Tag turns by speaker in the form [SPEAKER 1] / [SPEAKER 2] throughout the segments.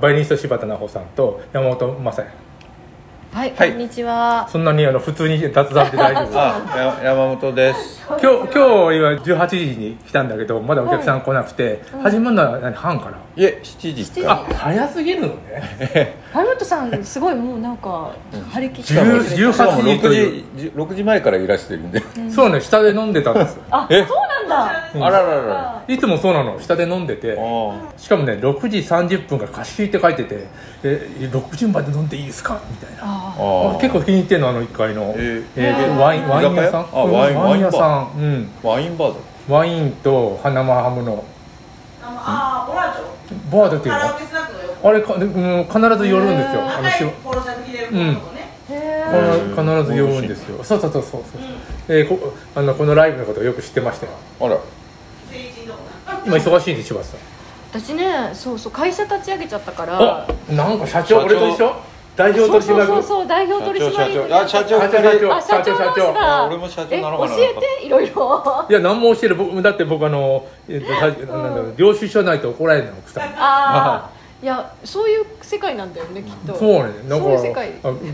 [SPEAKER 1] バイオリニスト柴田奈穂さんと山本雅也
[SPEAKER 2] はい、
[SPEAKER 3] はい
[SPEAKER 2] こんにちは。
[SPEAKER 1] そんなにあの普通に雑談で大丈夫
[SPEAKER 3] あ、や山本です。
[SPEAKER 1] 今日今日今18時に来たんだけどまだお客さん来なくて、始まるのは何半から
[SPEAKER 3] いえ、7時
[SPEAKER 2] 7
[SPEAKER 3] か。
[SPEAKER 1] あ早すぎるのね
[SPEAKER 2] ハルモトさん、すごいもうなんか、張り切って
[SPEAKER 1] 十
[SPEAKER 2] くれて
[SPEAKER 1] 十
[SPEAKER 2] る。
[SPEAKER 3] しかも
[SPEAKER 1] 18時という
[SPEAKER 3] 6時6時前からいらしてるんで。
[SPEAKER 1] そうね下で飲んでたん ですよ
[SPEAKER 2] あ、そうなんだ。
[SPEAKER 3] あらららら。
[SPEAKER 1] いつもそうなの下で飲んでて
[SPEAKER 3] あ
[SPEAKER 1] しかもね6時30分が貸し切りって書いてて「え6時まで飲んでいいですか?」みたいな
[SPEAKER 2] あ
[SPEAKER 3] あ。
[SPEAKER 1] 結構気に入ってんのあの1階の、
[SPEAKER 3] えー
[SPEAKER 1] えー
[SPEAKER 2] えー
[SPEAKER 1] ワインワイン屋さん
[SPEAKER 3] 居酒屋あワイン
[SPEAKER 1] うんワイン屋さんうん
[SPEAKER 3] ワインバーだ。
[SPEAKER 1] ワインと花マハムの
[SPEAKER 4] ああ、ボラージョ
[SPEAKER 1] バードっていう
[SPEAKER 4] カラ
[SPEAKER 1] の
[SPEAKER 4] オケスナックの横
[SPEAKER 1] あれか、うん、必ず寄るんですよあの
[SPEAKER 4] 赤
[SPEAKER 1] し
[SPEAKER 4] い
[SPEAKER 1] こ
[SPEAKER 4] ポロシャツ着てる子のとこね
[SPEAKER 2] ーへー
[SPEAKER 1] の必ず寄るんですよそうそうそうそうそう、えーこあのこのライブのことをよく知ってましたよ
[SPEAKER 3] あら。
[SPEAKER 4] 成人のとこ
[SPEAKER 1] 今忙しいんで柴田さん
[SPEAKER 2] 私ね、そうそう、会社立ち上げちゃったから。
[SPEAKER 1] あなんか社長
[SPEAKER 3] 社長
[SPEAKER 1] 俺と一緒代表
[SPEAKER 2] そう
[SPEAKER 1] 取締
[SPEAKER 2] そう
[SPEAKER 1] 役
[SPEAKER 2] そうそう、代表取
[SPEAKER 3] 社
[SPEAKER 2] 締
[SPEAKER 3] 長社
[SPEAKER 2] 役。
[SPEAKER 3] 長。あ、社長
[SPEAKER 1] あ
[SPEAKER 3] 二
[SPEAKER 1] 社
[SPEAKER 3] 人。
[SPEAKER 1] 長
[SPEAKER 2] あ、社長の人
[SPEAKER 3] あ
[SPEAKER 2] だ。
[SPEAKER 3] 俺も社長なの
[SPEAKER 2] え
[SPEAKER 3] かな
[SPEAKER 2] 教えて、いろいろ。
[SPEAKER 1] いや何も教える僕だって僕あの、えっとさなんだろう領収書ないと怒られるの奥さん
[SPEAKER 2] ああ。いや、そういう世界なんだよね、きっと。
[SPEAKER 1] そうねだ
[SPEAKER 2] そういう世
[SPEAKER 1] か
[SPEAKER 2] 界。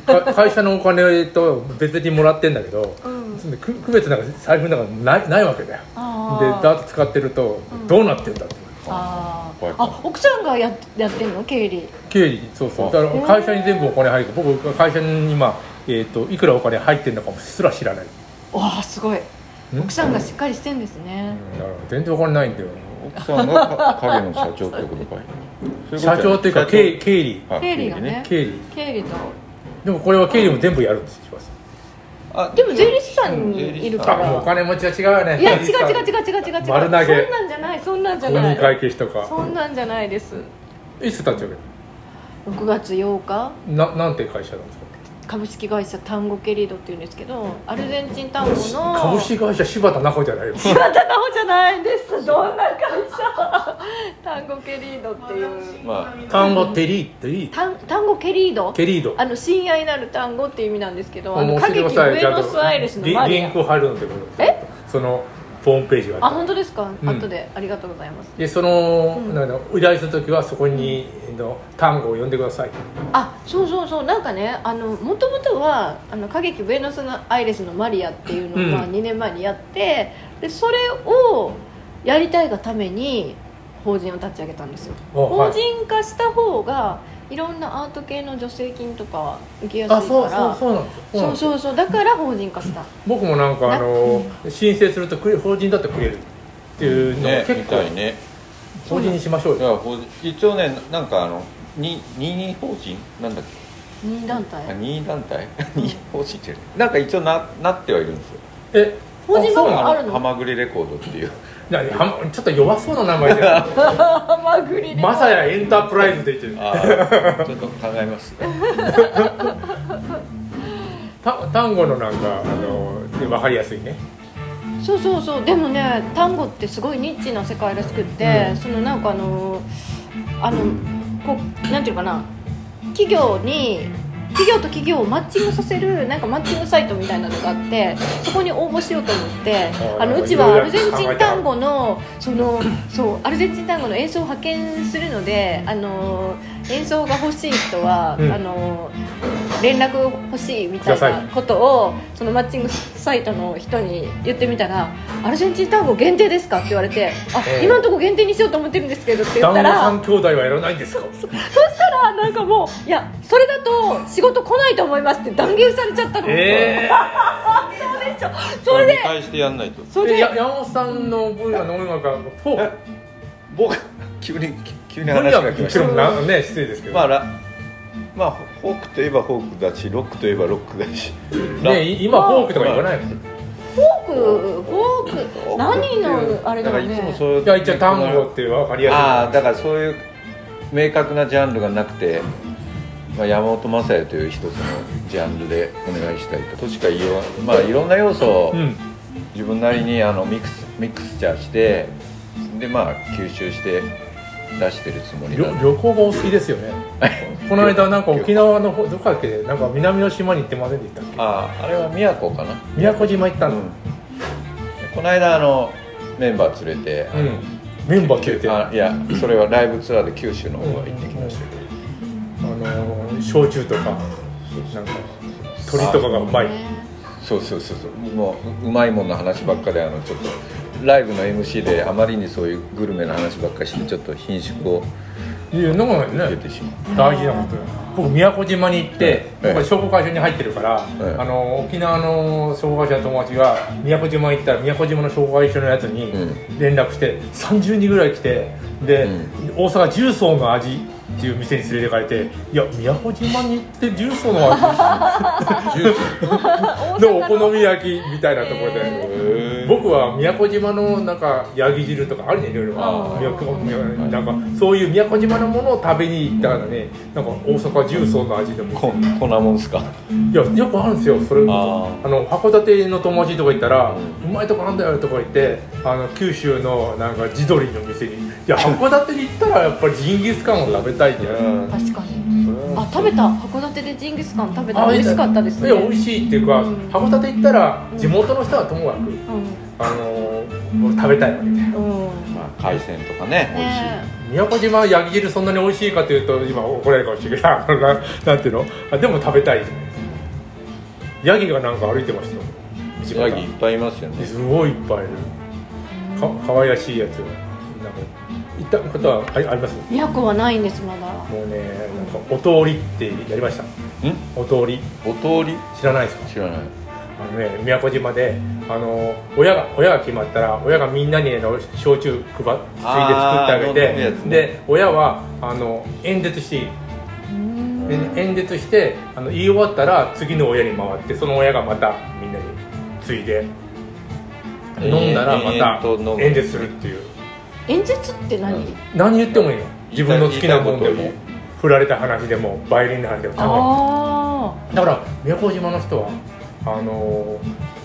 [SPEAKER 1] らあか会社のお金と別にもらってんだけど、
[SPEAKER 2] うん
[SPEAKER 1] そんでく区別なんか財布なんかないないわけだよで
[SPEAKER 2] あー
[SPEAKER 1] ダーツ使ってるとどうなってんだって
[SPEAKER 2] あ
[SPEAKER 3] こう
[SPEAKER 2] ー
[SPEAKER 3] やって
[SPEAKER 2] あ、奥さんがややってんの経理
[SPEAKER 1] 経理そうそう
[SPEAKER 3] あ
[SPEAKER 1] だから会社に全部お金入る僕会社に今、えっといくらお金入ってんのかもすら知らない
[SPEAKER 2] わあすごい奥さんがしっかりしてんですね
[SPEAKER 1] だから全然お金ないんだよ
[SPEAKER 3] 奥さんが影の社長ってことかい。
[SPEAKER 1] 社長っていうか経理経理
[SPEAKER 3] あ
[SPEAKER 2] 経理がね
[SPEAKER 1] 経理
[SPEAKER 2] 経理と
[SPEAKER 1] でもこれは経理も全部やるんですよ
[SPEAKER 3] あ、
[SPEAKER 2] でも税理士さんにいるか
[SPEAKER 1] あもうお
[SPEAKER 2] ら
[SPEAKER 1] 金持ちは違うよね
[SPEAKER 2] いや違う違う違う違う違う 違う
[SPEAKER 1] 丸投げ
[SPEAKER 2] そんなんじゃないそんなんじゃ
[SPEAKER 1] 公認
[SPEAKER 2] な
[SPEAKER 1] 会
[SPEAKER 2] い
[SPEAKER 1] 計士とか
[SPEAKER 2] そんなんじゃないです
[SPEAKER 1] いつ立ち上げ
[SPEAKER 2] 6月8日
[SPEAKER 1] たななんて会社なんですか
[SPEAKER 2] 株式会社単語ケリードっていうんですけどアルゼンチン単語の
[SPEAKER 1] 株式会社柴田奈穂じゃないよ
[SPEAKER 2] またなほじゃないですどんな会社単語ケリードっていう
[SPEAKER 3] ま
[SPEAKER 1] 単語テリーテリー
[SPEAKER 2] 単単語ケリード
[SPEAKER 1] ケリード
[SPEAKER 2] あの親愛なる単語っていう意味なんですけどあ
[SPEAKER 1] も
[SPEAKER 2] の
[SPEAKER 1] う
[SPEAKER 2] 過激
[SPEAKER 1] 教えてください
[SPEAKER 2] ブエノスアイレスの
[SPEAKER 1] リ
[SPEAKER 2] マリ
[SPEAKER 1] リ
[SPEAKER 2] ア
[SPEAKER 1] ンク貼るんでこと
[SPEAKER 2] え
[SPEAKER 1] そのホームページが
[SPEAKER 2] あ
[SPEAKER 1] あっ
[SPEAKER 2] 本当ですか、
[SPEAKER 1] うん
[SPEAKER 2] 後でありがとうございます
[SPEAKER 1] てでその、
[SPEAKER 2] うん
[SPEAKER 1] なんだろう依頼する時はそこに、えっと単語を呼んでください
[SPEAKER 2] あそうそうそうなんかねあのもともとはあの歌劇「ブエノスアイレスのマリア」っていうのを、まあ
[SPEAKER 1] うん
[SPEAKER 2] 2年前にやってでそれをやりたいがために法人を立ち上げたんですよ
[SPEAKER 1] おは
[SPEAKER 2] 法
[SPEAKER 1] い
[SPEAKER 2] 人化した方がいろんなアート系の助成金とかは受けやすいから
[SPEAKER 1] あそうそうそうなんですよそうなん
[SPEAKER 2] そう
[SPEAKER 1] ですよ
[SPEAKER 2] そうそうだから法人化した
[SPEAKER 1] 僕もなんかあの申請するとくれ法人だってくれるっていう
[SPEAKER 3] あ、
[SPEAKER 1] のが
[SPEAKER 3] ね、
[SPEAKER 1] 結
[SPEAKER 3] み
[SPEAKER 1] 構
[SPEAKER 3] たいね。
[SPEAKER 1] 法人にしましょう
[SPEAKER 3] い
[SPEAKER 1] よ
[SPEAKER 3] や、法人一応ね、なんかあの、に、任意法人なんだっけ。
[SPEAKER 2] 任意団体
[SPEAKER 3] あ任意団体 任意法人ってなんか一応ななってはいるんですよ
[SPEAKER 1] え
[SPEAKER 2] 法人
[SPEAKER 1] あ
[SPEAKER 2] 番
[SPEAKER 1] そうな
[SPEAKER 2] 号
[SPEAKER 1] の
[SPEAKER 2] ある
[SPEAKER 3] は
[SPEAKER 2] の
[SPEAKER 3] まぐれレコードっていう
[SPEAKER 1] なにはちょっと弱そうな名前じゃ ん
[SPEAKER 2] ハマグリで
[SPEAKER 1] まさやエンタープライズで言ってる
[SPEAKER 3] あーちょっと考えます
[SPEAKER 1] た単語のなんかあの分かりやすいね
[SPEAKER 2] そうそうそうでもね単語ってすごいニッチな世界らしくって、
[SPEAKER 1] うん
[SPEAKER 2] そのなんかあのあのこうなんていうかな企業に企業と企業をマッチングさせるなんかマッチングサイトみたいなのがあってそこに応募しようと思って
[SPEAKER 1] あ
[SPEAKER 2] あのうち
[SPEAKER 1] い
[SPEAKER 2] は
[SPEAKER 1] ろい
[SPEAKER 2] ア
[SPEAKER 1] ろ
[SPEAKER 2] ルゼンチン単語のそのそうアルゼンチン単語の演奏を派遣するのであの演奏が欲しい人は、
[SPEAKER 1] うん
[SPEAKER 2] あの連絡欲しいみたいなことをそのマッチングサイトの人に言ってみたら「アルゼンチン単語限定ですか?」って言われて「あ、
[SPEAKER 1] ええ
[SPEAKER 2] 今のとこ限定にしようと思ってるんですけど」って言
[SPEAKER 1] 団
[SPEAKER 2] っ
[SPEAKER 1] 子
[SPEAKER 2] たら
[SPEAKER 1] 三兄弟はいらないんですか
[SPEAKER 2] そしたらなんかもう「いやそれだと仕事来ないと思います」って断言されちゃったの、
[SPEAKER 1] え
[SPEAKER 2] それ
[SPEAKER 3] 見
[SPEAKER 2] で
[SPEAKER 3] 返してやんないと
[SPEAKER 2] そ
[SPEAKER 1] ー、
[SPEAKER 2] れ
[SPEAKER 1] で
[SPEAKER 2] で
[SPEAKER 1] や山本さんの分野の音楽はフォーク
[SPEAKER 3] 僕急に急に
[SPEAKER 1] 分
[SPEAKER 3] 話
[SPEAKER 1] 野
[SPEAKER 3] が
[SPEAKER 1] は
[SPEAKER 3] 来ま
[SPEAKER 1] も
[SPEAKER 3] し
[SPEAKER 1] ち
[SPEAKER 3] た
[SPEAKER 1] ろんなね失礼ですけど、
[SPEAKER 3] まあラまあフォークといえばフォークだしロックといえばロックだしラ
[SPEAKER 1] ね、い今フォークとか言わないもん
[SPEAKER 2] フォークフォーク何のあれだろう
[SPEAKER 3] からいつも
[SPEAKER 2] ね
[SPEAKER 3] そういう
[SPEAKER 1] いや一応単語って分かり
[SPEAKER 3] ああ
[SPEAKER 1] や
[SPEAKER 3] だからそういう明確なジャンルがなくて、まあ、山本雅也という一つのジャンルでお願いしたいととしか言いようまあいろんな要素を、
[SPEAKER 1] すいうん
[SPEAKER 3] 自分なりにあのミックスミックスチャーしてでまあ吸収して出してるつもり
[SPEAKER 1] 旅
[SPEAKER 3] なんで
[SPEAKER 1] 旅行がお好きですよねこの間なんか沖縄のほどこだっけなんか南の島に行ってませんでしたっけ
[SPEAKER 3] あああれは宮古かな、
[SPEAKER 1] 宮古島行った
[SPEAKER 3] う
[SPEAKER 1] の
[SPEAKER 3] ん、この間あのメンバー連れて、
[SPEAKER 1] うん、メンバー消えて
[SPEAKER 3] あいやそれはライブツアーで九州の方は行ってきましたけど、
[SPEAKER 1] 焼酎とかなんか鳥とかがうまい、
[SPEAKER 2] ね
[SPEAKER 3] そうそうそうそうもううまいもんの話ばっかであのちょっとライブの MC であまりにそういうグルメの話ばっかりしてちょっと品種を
[SPEAKER 1] いやなんか
[SPEAKER 3] 受
[SPEAKER 1] ね
[SPEAKER 3] けてしまう
[SPEAKER 1] 大事なことよ僕宮古島に行って、
[SPEAKER 3] ええ
[SPEAKER 1] 僕は商工会社に入ってるから、
[SPEAKER 3] ええ
[SPEAKER 1] あの沖縄の商工会社の友達が宮古島行ったら宮古島の商工会社のやつに
[SPEAKER 3] う
[SPEAKER 1] 連絡して、30人ぐらい来てで、
[SPEAKER 3] う
[SPEAKER 1] 大阪重曹の味っていう店に連れてかれて「いや宮古島に行って重曹の味のお好み焼き」みたいなところで。僕は宮古島のなんかヤギ汁とかあるねいろいろ
[SPEAKER 2] あー
[SPEAKER 1] 宮古宮なんかそういう宮古島のものを食べに行ったらねなんか大阪重曹の味でも
[SPEAKER 3] ここんなもんすか
[SPEAKER 1] いやよくあるんですよそれ
[SPEAKER 3] あ
[SPEAKER 1] あの函館の友達とか行ったら、
[SPEAKER 3] う
[SPEAKER 1] うまいとこなんだよとか言ってあの九州のなんか地鶏の店にいや函館に行ったらやっぱりジンギスカンを食べたいじゃん
[SPEAKER 2] 確かにあ食べた函館でジンギスカン食べた美味しかったですね
[SPEAKER 1] いや美味しいっていうか、
[SPEAKER 2] うん
[SPEAKER 1] 函館行ったら地元の人はともかく、あのもう食べたいわけで
[SPEAKER 2] うん、うん
[SPEAKER 3] まあ海鮮とかね美味しい、
[SPEAKER 2] ね
[SPEAKER 1] 宮古島はヤギ汁そんなに美味しいかというと今怒られるかもしれないあのななんていうのあでも食べたいヤギがなんか歩いてましたよ道
[SPEAKER 3] ヤ
[SPEAKER 1] 端
[SPEAKER 3] ギいっぱいいますよね
[SPEAKER 1] すごいいっぱいいるかかわいらしいやつがなんか行ったことはありあります
[SPEAKER 2] え宮古はないんですまだ
[SPEAKER 1] もうねなんかお通りってやりました
[SPEAKER 3] ん
[SPEAKER 1] お通り
[SPEAKER 3] お通り
[SPEAKER 1] 知らないですか
[SPEAKER 3] 知らない
[SPEAKER 1] あのね宮古島であの親が親が決まったら親がみんなにあの焼酎配っついて作ってあげ
[SPEAKER 3] あー飲んでる
[SPEAKER 1] て
[SPEAKER 3] やつね
[SPEAKER 1] で親はあの演説していい
[SPEAKER 2] うん
[SPEAKER 1] で演説してあの言い終わったら次の親に回ってその親がまたみんなに継いで飲んだらま
[SPEAKER 3] 延々と飲む
[SPEAKER 1] た演説するっていう
[SPEAKER 2] 演説って何、
[SPEAKER 3] うん
[SPEAKER 1] 何言ってもいいの自分の好きなもんで
[SPEAKER 3] 言いたい
[SPEAKER 1] も
[SPEAKER 3] こ
[SPEAKER 1] 振られた話でもバイオリンの話でも多
[SPEAKER 2] あ
[SPEAKER 1] 分だから宮古島の人はあの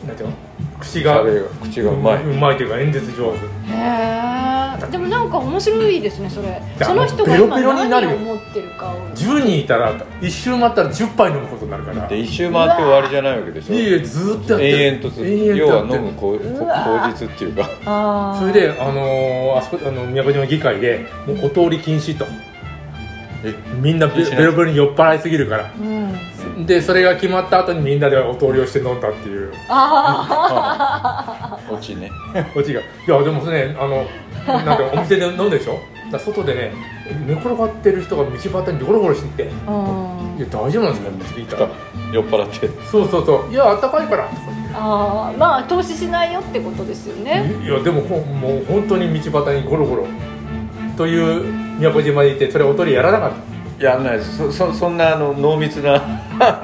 [SPEAKER 1] ーなんていうの口が
[SPEAKER 3] 喋りが口がうまい、
[SPEAKER 1] うまいというか演説上手
[SPEAKER 2] あへえでもなんか面白いですねそれ
[SPEAKER 1] や
[SPEAKER 2] その人が
[SPEAKER 1] ベロ
[SPEAKER 2] 今
[SPEAKER 1] ベロになる
[SPEAKER 2] 何
[SPEAKER 1] よ
[SPEAKER 2] を持ってるかを
[SPEAKER 1] 10人いたら一周回ったら10杯飲むことになるから
[SPEAKER 3] で
[SPEAKER 1] い
[SPEAKER 3] 一周回って終わりじゃないわけでしょ
[SPEAKER 1] えいえずーっとやってる
[SPEAKER 3] 延々とずっと
[SPEAKER 1] 延々
[SPEAKER 3] 要
[SPEAKER 1] とや
[SPEAKER 3] は
[SPEAKER 1] ってる
[SPEAKER 3] 飲む口口
[SPEAKER 2] うわ
[SPEAKER 3] 口実っていうか
[SPEAKER 2] あ
[SPEAKER 1] それで、あのーあそこあの宮古島議会でもうお通り禁止と
[SPEAKER 3] え
[SPEAKER 1] みんなベ
[SPEAKER 3] 禁止なんです
[SPEAKER 1] ベロベロに酔っ払いすぎるから
[SPEAKER 2] うん
[SPEAKER 1] でそれが決まった後にみんなでお通りをして飲んだっていう
[SPEAKER 2] あ
[SPEAKER 3] 落ちね
[SPEAKER 1] オチがいやでもねあのなんかお店で飲んでるでしょだから外でね寝転がってる人が道端にゴロゴロしていて「いや
[SPEAKER 2] あうん
[SPEAKER 1] 大丈夫なんですか?」って聞いたら
[SPEAKER 3] 酔っ払って
[SPEAKER 1] 「そうそうそういやあったかいから」とか
[SPEAKER 2] あーまあ投資しないよってことですよね
[SPEAKER 1] いやでもほんもう本当に道端にゴロゴロという宮古島にいてそれおとりやらなかった
[SPEAKER 3] やんないですそそそんなあの濃密な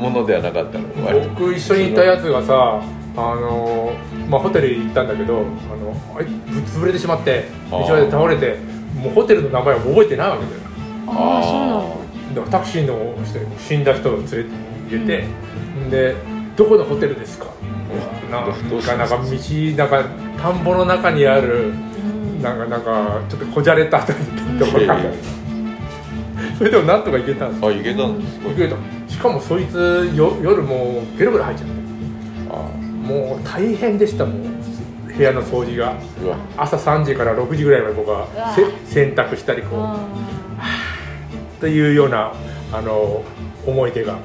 [SPEAKER 3] ものではなかったの割と
[SPEAKER 1] 僕一緒にいたやつがさあのまあホテル行ったんだけどあのあいぶっ潰れてしまって
[SPEAKER 3] あー
[SPEAKER 1] 道端で倒れてもうホテルの名前を覚えてないわけだよ
[SPEAKER 2] ああそうなの
[SPEAKER 1] だからタクシーの人死んだ人を連れて入れて、でどこのホテルですかなん
[SPEAKER 3] どどうし
[SPEAKER 1] か
[SPEAKER 3] ま
[SPEAKER 1] なん
[SPEAKER 3] した
[SPEAKER 1] か道なんか田んぼの中にあるなんかなんかちょっとこじゃれたところか
[SPEAKER 3] いやいや
[SPEAKER 1] それでもなんとか行けたんですよ
[SPEAKER 3] あいけたんですご
[SPEAKER 1] 行け
[SPEAKER 3] い
[SPEAKER 1] たしかもそいつよ夜もうベロベロ入っちゃって
[SPEAKER 3] あ
[SPEAKER 1] もう大変でしたもう部屋の掃除が
[SPEAKER 3] うわ
[SPEAKER 1] 朝3時から6時ぐらいまで僕はせ
[SPEAKER 2] うわ
[SPEAKER 1] 洗濯したりこう、
[SPEAKER 2] あ
[SPEAKER 1] というようなあの思い出が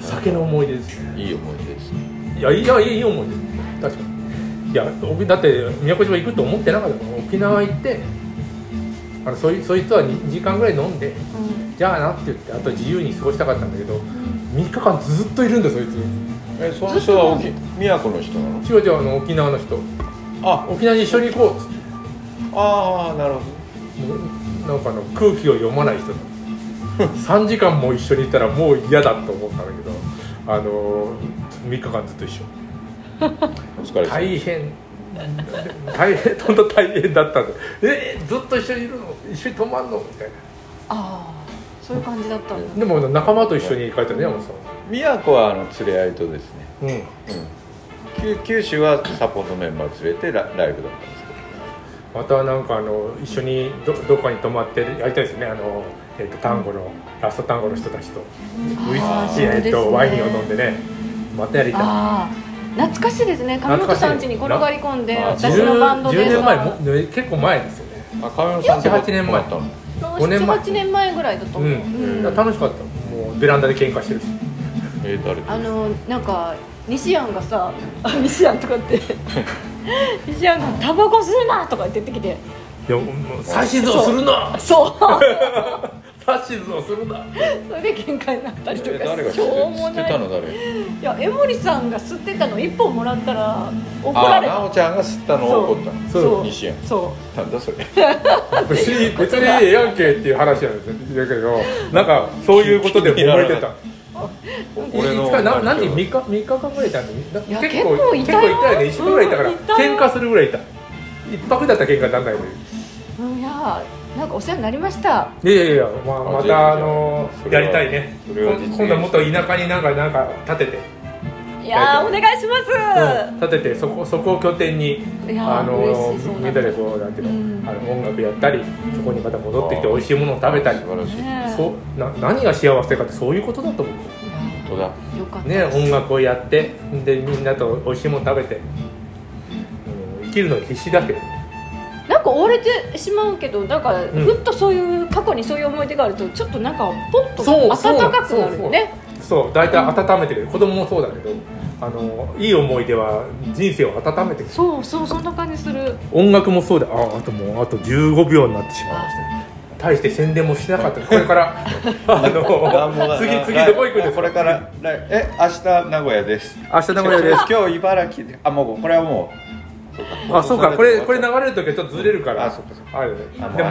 [SPEAKER 1] 酒の思い出ですね
[SPEAKER 3] いい思い出ですね
[SPEAKER 1] いやいやいい思い出確かにいやおだって宮古島行くと思ってなかったから沖縄行ってあのそいそいつは2時間ぐらい飲んで
[SPEAKER 2] ーうん
[SPEAKER 1] じゃあなって言ってあと自由に過ごしたかったんだけど3日間ずっといるんだよそいつ
[SPEAKER 3] えその人は大きい宮古の人なの
[SPEAKER 1] 違う違うあの沖縄の人
[SPEAKER 3] あ
[SPEAKER 1] 沖縄に一緒に行こうっつって
[SPEAKER 3] ああなるほ
[SPEAKER 1] もうなんかあの空気を読まない人だ3時間も一緒にいたらもう嫌だと思ったんだけどあの3日間ずっと一緒
[SPEAKER 3] どお疲れ様
[SPEAKER 1] 大変大変本当大変だったんでえずっと一緒にいるの一緒に泊まんのみたい
[SPEAKER 2] あーそういう感じだったんだ
[SPEAKER 1] なでも仲間と一緒に帰ったね山本さん
[SPEAKER 3] 宮古はあの連れ合いとですね、
[SPEAKER 1] うん
[SPEAKER 3] うん、九九州はサポートメンバー連れてラライブだったんですけど
[SPEAKER 1] またなんかあの一緒にどどっかに泊まってやりたいですねあの、えっと単語のラスト単語の人たちとウイ
[SPEAKER 2] あ
[SPEAKER 1] ス
[SPEAKER 2] ー
[SPEAKER 1] キー、
[SPEAKER 2] そう
[SPEAKER 1] えっ
[SPEAKER 2] ですね
[SPEAKER 1] とワインを飲んでねまたやりたい
[SPEAKER 2] ああ懐かしいですね上本さん家に転がり込んで
[SPEAKER 3] 懐
[SPEAKER 2] 私
[SPEAKER 1] 10
[SPEAKER 2] のバンドで
[SPEAKER 1] 10年前
[SPEAKER 2] さ
[SPEAKER 1] も結構前ですよね
[SPEAKER 3] あ亀山さんと
[SPEAKER 1] 48年前
[SPEAKER 3] だったの
[SPEAKER 2] の
[SPEAKER 1] 五年前
[SPEAKER 2] 78年前ぐらいだと思う、
[SPEAKER 1] うん、
[SPEAKER 2] うん
[SPEAKER 1] 楽しかったもうベランダで喧嘩してるし
[SPEAKER 3] えー、誰
[SPEAKER 2] あのなんか西安がさ「あ西安」とかって 西安が「タバコ吸うな!」とか言って言ってきて
[SPEAKER 1] いやもう指図をするな
[SPEAKER 2] そう
[SPEAKER 1] 指図をするな
[SPEAKER 2] それで喧嘩になったりとか
[SPEAKER 3] え誰が知
[SPEAKER 2] しょうも
[SPEAKER 3] って
[SPEAKER 2] な
[SPEAKER 3] 知ってた
[SPEAKER 2] い
[SPEAKER 3] の誰
[SPEAKER 2] いや江森さんが吸ってたの1本もらったら怒
[SPEAKER 3] あ
[SPEAKER 2] ら
[SPEAKER 3] あ
[SPEAKER 2] れ
[SPEAKER 3] 奈
[SPEAKER 2] た
[SPEAKER 3] 緒ちゃんが吸ったのを怒ったの
[SPEAKER 1] そう
[SPEAKER 2] そう
[SPEAKER 3] 西安
[SPEAKER 2] そう
[SPEAKER 3] なんだそれ
[SPEAKER 1] 別 に別にええやんけっていう話なんですよだけどなんかそういうことで揉めてた
[SPEAKER 3] 俺の
[SPEAKER 1] いつかな何日3日3日間ぐらいいたのない
[SPEAKER 2] や結構いたよ
[SPEAKER 1] 結構いたよね一週間ぐらいいたから、
[SPEAKER 2] うんいたよ
[SPEAKER 1] 喧嘩するぐらいいた一泊だったら喧嘩にならないのに
[SPEAKER 2] うんいやなんかお世話になりました
[SPEAKER 1] いやいやいや、まあ、ま
[SPEAKER 3] じゃ
[SPEAKER 1] た
[SPEAKER 3] あ
[SPEAKER 1] あの
[SPEAKER 3] それ
[SPEAKER 1] や
[SPEAKER 3] は
[SPEAKER 1] りたいね
[SPEAKER 3] それは実現
[SPEAKER 1] 今度はもっと田舎になんかなんか建てて、
[SPEAKER 2] いやーお願いし
[SPEAKER 1] う
[SPEAKER 2] ま
[SPEAKER 1] ん建ててそこそこを拠点に
[SPEAKER 2] いやー
[SPEAKER 1] あの
[SPEAKER 2] 嬉しいそうなんだ
[SPEAKER 1] みんなでこうなんていうの,、
[SPEAKER 2] うん
[SPEAKER 1] あの音楽やったりそこにまた戻ってきて美味しいものを食べたり
[SPEAKER 3] 素晴らし
[SPEAKER 2] す
[SPEAKER 3] い
[SPEAKER 2] ねえ
[SPEAKER 1] そうな何が幸せかってそういうことだと思う
[SPEAKER 3] 本当だ
[SPEAKER 2] よかった
[SPEAKER 1] ね
[SPEAKER 2] です
[SPEAKER 1] 音楽をやってでみんなと美味しいもの食べて、うん、生きるのに必死だけど
[SPEAKER 2] なんか追われてしまうけどなんか
[SPEAKER 1] ん
[SPEAKER 2] ふっとそういう過去にそういう思い出があるとちょっとなんかポッと
[SPEAKER 1] そうそう
[SPEAKER 2] 温かくなるよね
[SPEAKER 1] そう大体温めてくれる、子供もそうだけどあのいい思い出は人生を温めてくれる
[SPEAKER 2] そうそうそんな感じする
[SPEAKER 1] 音楽もそうだああともうあと15秒になってしまいました大して宣伝もしなかったこれから あ
[SPEAKER 3] なんもな
[SPEAKER 1] の
[SPEAKER 3] い
[SPEAKER 1] 次次どこ行くんですか
[SPEAKER 3] これから来え明日名古屋です
[SPEAKER 1] 明日名古屋です
[SPEAKER 3] 今日茨城であもうこれはもう
[SPEAKER 1] あそうかこれこれ流れる時はちょっとずれるから
[SPEAKER 3] あそうかそう
[SPEAKER 1] あるよね
[SPEAKER 3] あの
[SPEAKER 1] でも